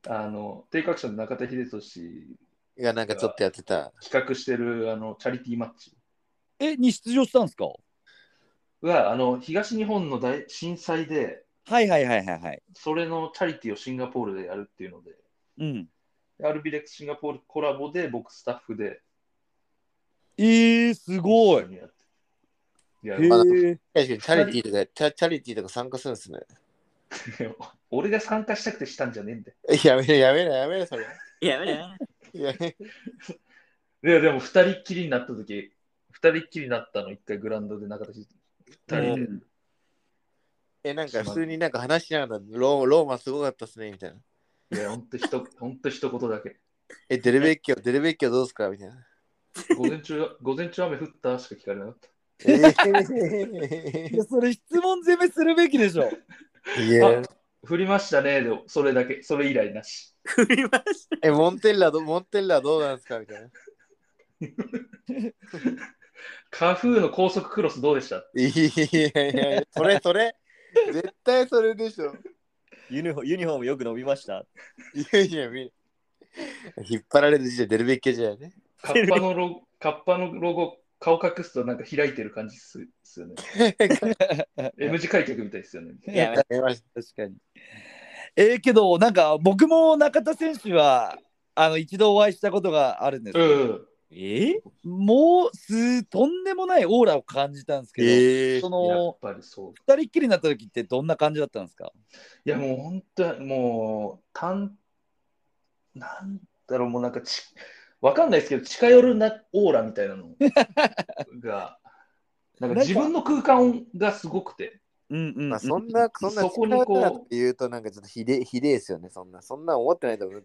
あの、テイクアクションで中田秀俊がなんかちょっとやってた。企画してる、あの、チャリティーマッチえ、に出場したんですかは、あの、東日本の大震災で、はいはいはいはいはい。それのチャリティーをシンガポールでやるっていうので、うん。でアルビレックスシンガポールコラボで僕スタッフでえー、すごい一緒。にやっていやへ、ー確かにチャリティーとか、チャチャリティーとか参加するんですね。俺が参加したくてしたんじゃねえんだよ。やめろやめろやめろそれ。いや、やめろやいやめいや、でも二人っきりになった時、二人っきりになったの一回グラウンドで中田秀二人で、え、なんか普通になんか話しながらロー、ローマすごかったっすねみたいな。いや、ほんとひと、ほんと一言だけ。え、デルベッキョ、デルベッキョどうすかみたいな。午前中、午前中雨降ったしか聞かれなかった。えいやそれ質問攻めするべきでしょ。ーいやあ降りましたね、で、それだけ、それ以来なし。振りました。え、モンテッラど、モンテッラどうなんですかみたいな。カフーの高速クロスどうでしたいやいやいや、それそれ。絶対それでしょ。ユニフォユニフォームよく伸びました。いやいや、み引っ張られる時点でデルベッキョじゃね。カッパのロ ゴ、カッパのロゴ、顔隠すとなんか開いてる感じっすすよ ね。M 字開脚みたいですよね。いや、やめまし確かに。えー、けど、なんか僕も中田選手はあの一度お会いしたことがあるんですけうど、ん。えー、もうすとんでもないオーラを感じたんですた。けど、えそやのっぱりそう。二人っきりになった時ってどんな感じだったんですかいや、もう本当に、もう、たん、なんだろう、もうなんかち、わかんないですけど、近寄るなオーラみたいなのが、 なんか自分の空間がすごくて、うんうん、まあ、そんな。な、そんな、そこにこうって言うと、なんかちょっとひで、ひでえですよね、そんな、そんな思ってないと思う。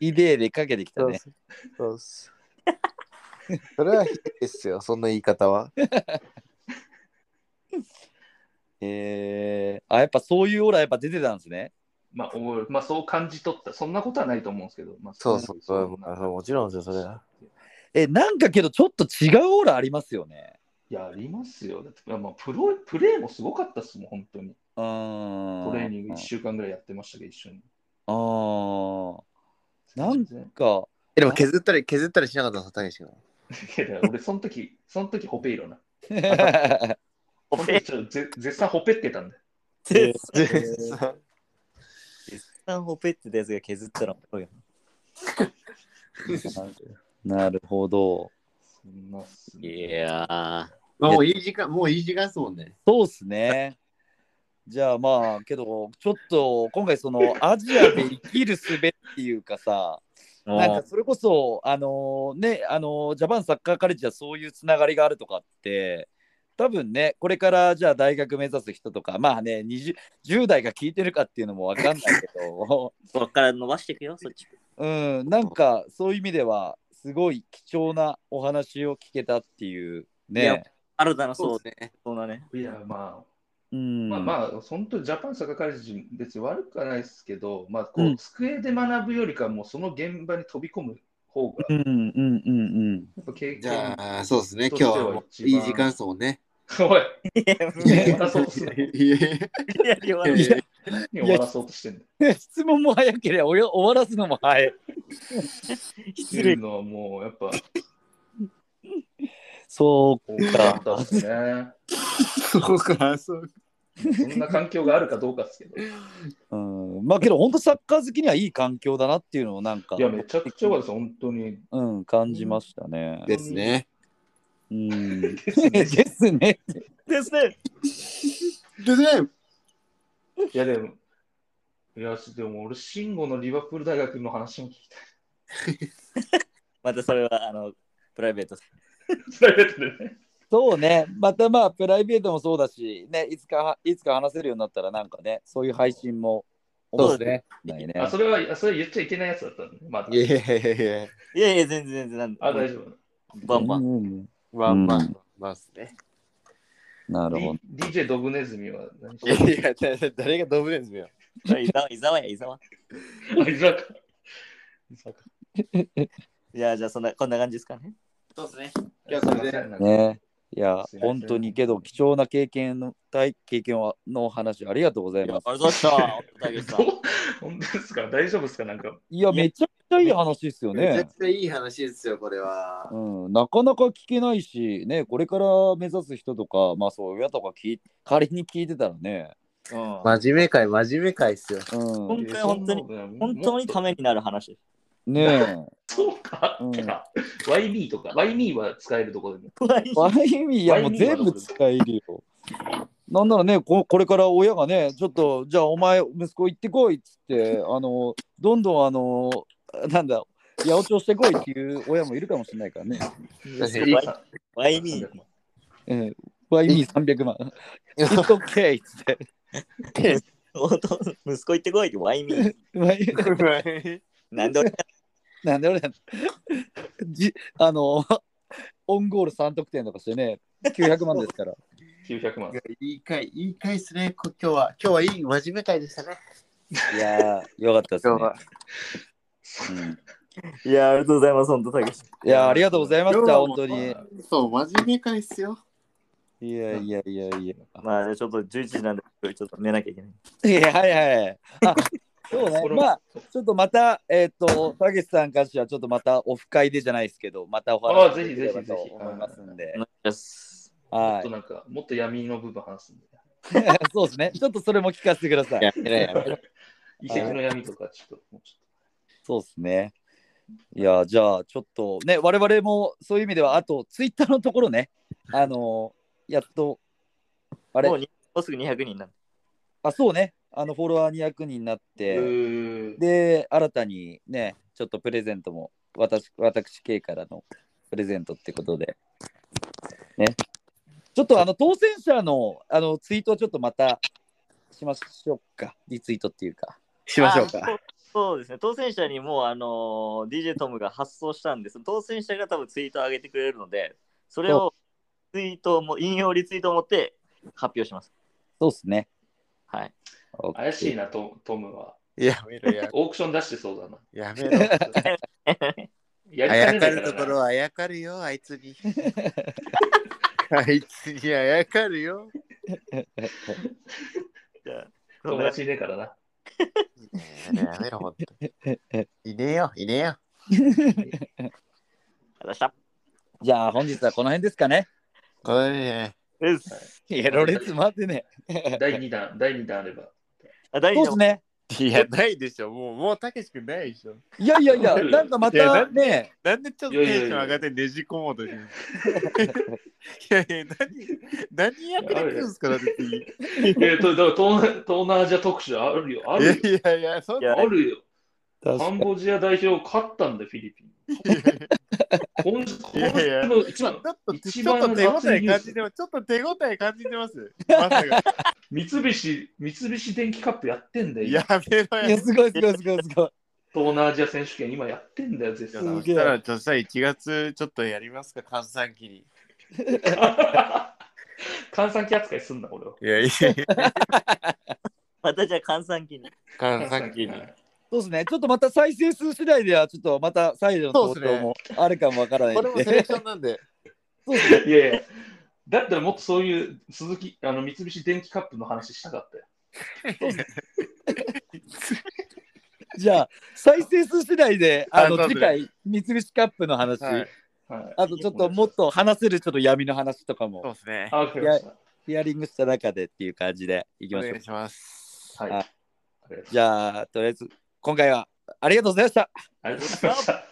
イデーでかけてきたそうっね。すそうっす。それはひでえですよ、そんな言い方は。えー、あやっぱそういうオーラやっぱ出てたんですね。まあ、オーラまあ、そう感じ取った。そんなことはないと思うんですけど、まあ、そうそうそう、なまあ、そうもちろんですよ、それは。えなんかけどちょっと違うオーラありますよね。いや、ありますよ。だって、まあ、プロ、プレーもすごかったっすもん、本当に。うトーん。レーニング1週間ぐらいやってましたけど、一緒に。あーなん全然かえ、でも削ったり、削ったりしなかったの、たけしが。いやいや俺、その時、その時、ほぺ色な。 ほそのぺ時ちょっとぜ絶賛ほぺってたんで。絶 そう賛ほぺってたやつが削ったら面白いよなるほど。そんなっすねいやー、もういい時間、もういい時間ですもんね。そうっすね。じゃあまあけどちょっと今回そのアジアで生きる術っていうかさなんもかそれこそあのねあのジャパンサッカーカレッジはそういうつながりがあるとかって多分ねこれからじゃあ大学目指す人とかまあね 20, 10代が聞いてるかっていうのもわかんないけど う、こっから伸ばしていくよ、そっち。うんなんかそういう意味ではすごい貴重なお話を聞けたっていういやね。新たなそうですね。そうだね。いや、まあ、うんまあ、まあ、本当にジャパンサッカーカレッジ、別に悪くはないですけど、まあ、こうう、ん机で学ぶよりかは、もうその現場に飛び込む方が、うんうんうんやっぱ経験。じゃあ、そうですね、と今日してははもういい時間ですもんね。 おい、いや、終わらそうとするいやいや言わいなやいいや何終わらそうとしてんのうん。 質問も早ければおよ終わらすのも早い。って失い礼う。のはもう、やっ ぱ、そう多かったですね。そうか、そうそんな環境があるかどうかですけ ど。いうん、まあけど本当サッカー好きにはいい環境だなっていうのをなんか、や、めちゃくちゃ良かったです、本当に。うん、感じましたね。 ですね。うん、 ですね。ですね。ですね。いや、でも、いや、でも俺、慎吾のリバプール大学の話も聞きたい。またそれは、あの、プライベートで。プライベートでね。そうね。またまあプライベートもそうだし、ね、いつかいつか話せるようになったらなんかね、そういう配信も面白いね。ないね。あ、それは、あそれ言っちゃいけないやつだったんで、まだい。やいやいやいや。いやいや、全然全然なん。あ、大丈夫。バンバン。ン。まあまあ、まあっすね。なるほど。 D- DJ ドブネズミは何いやいや、だだ誰がドブレンズよ。伊沢、伊沢や、伊沢。あ 居酒屋居酒屋いや、じゃあ、そんな、こんな感じですかね。そうですね。いや、すいませんなんかね。いやすい、ません本当にけど、貴重な経験の、体経験はのお話ありがとうございいや、あまりす。がとうございました。どう本当ですか大丈夫ですかなんか。いや、めちゃくちゃいい話ですよめちゃねく。ちゃいい話ですよ、これは。うん、なかなか聞けないし、ね、これから目指す人とか、まあそう、親とか聞い仮に聞いてたらね、うん真面目会、真面目会っすよ。う本当に本当にに本当にためになる話です。ん、ねえ、そうか。 うんてか、YB とか、YB は使えるところでも。ワイミーいやもう全部使えるよ。なんならねこ、これから親がね、ちょっと、じゃあお前、息子行ってこいっつって、あの、どんどん、あの、なんだ、八百長してこいっていう親もいるかもしれないからね。確いいかかワイミー。ええ、ワイミー300万。イットケイっつって。弟息子行ってこいって、ワイミ ー。ワイなんで俺がなんで俺らじあの、オンゴール3得点とかしてね、900万ですから。 900万。いい会、いい会っすね、こ今日は。今日はいい真面目会でしたね。いやー、よかったですね。うんいや、ありがとうございます、本当、たけし。いやー、ありがとうございまし今日た、はもう本当に。そう、真面目会っすよ。いやいやいやいや。 まあ、ちょっと11時なんで、ちょっと寝なきゃいけない。いやはいはい。あそうねこ。れまあ、ちょっとまた、えっ、と、たけしさんからしは、ちょっとまたオフ会でじゃないですけど、またおあ話ぜひぜひぜひと思いますんでお。願いしますもっはとなんか、もっと闇の部分話すんで。い。 そうですね。ちょっとそれも聞かせてください。めろやめろ。遺跡の闇とか、ちょっと、もうちそうですね。いや、じゃあ、ちょっとね、我々もそういう意味では、あと、ツイッターのところね、あのやっと、あれもうにもうすぐ200人なんで。あ、そうね、あの、フォロワー200人になっょっと。て、うーで、新たにね、ちょっとプレゼントも、私、私系からのプレゼントってことで。ね。ちょっとあの、当選者のあのツイートをちょっとまたしましょうか。リツイートっていうか。しましょうか。あ。そうそうですね、当選者にもう、あのー、DJ トムが発送したんです。当選者が多分ツイートを上げてくれるので、それをツイートも、引用リツイートを持って発表します。そうですね。はい。怪しいな。な、トトムは。やめろ や。オークション出してそうだな。やめ ろ。やありかやねかないるらとなころはあやかるよ、あいつに。あいつにあやかるよ。じゃあ、友達いねえからな。やめろ、ほんとに。いねえよ、いねえよ。ありがとうございました。じゃあ、本日はこの辺ですかね。これね。うっすいや、ロレツ待ってね。第2弾、第2弾あれば。あ大そう事ですなね。いや、ないでしょ。もう、もう、たけしくんないでしょ。いやいやい や、なんかまいやなたんね、なんでちょっとテンション上がってねじ込もうとしてるのいやいや、何、何役に来るんですかだって次えーと、だから東南東南アジア特集あるよ。あるよ。いやいやいや、そんいなやあるよ。確カかンにボジア代表勝ったんだよ、フィリ ピン。今週いやいやの一番ちょっと一ちょ番っと手応熱いえニュー感スじてます。ちょっと手応え感じて ます。まさか。三菱、三菱電機カップやってんだよ。やめろいや、や。すごいすごいすごいすごい。東南アジア選手権今やってんだよ、絶じゃ対あ。そすしげえたら、ちょっとさ、1月ちょっとやりますか、換算期に。 換算機扱いすんな、俺は。いやいや いや、またじゃあ、換算期に。換算期に。そうですね。ちょっとまた再生数次第では、ちょっとまた再度の投そうっす票ねもあるかもわからないこんれでもセレクションなんで。いやいや、だったらもっとそういう鈴木、あの三菱電機カップの話したかったよ。 じゃあ、再生数次第で、ああその、う次ですね回、三菱カップの話、はいはい、あとちょっともっと話せるちょっと闇の話とかそうも。ですね。あわかりました。ヒアリングした中でっていう感じでいきおましょう願い。します。はい。あありがとうじゃあ、とりあえず、今回はありがとうございました。ありがとうございました。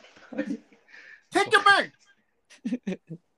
Take it back!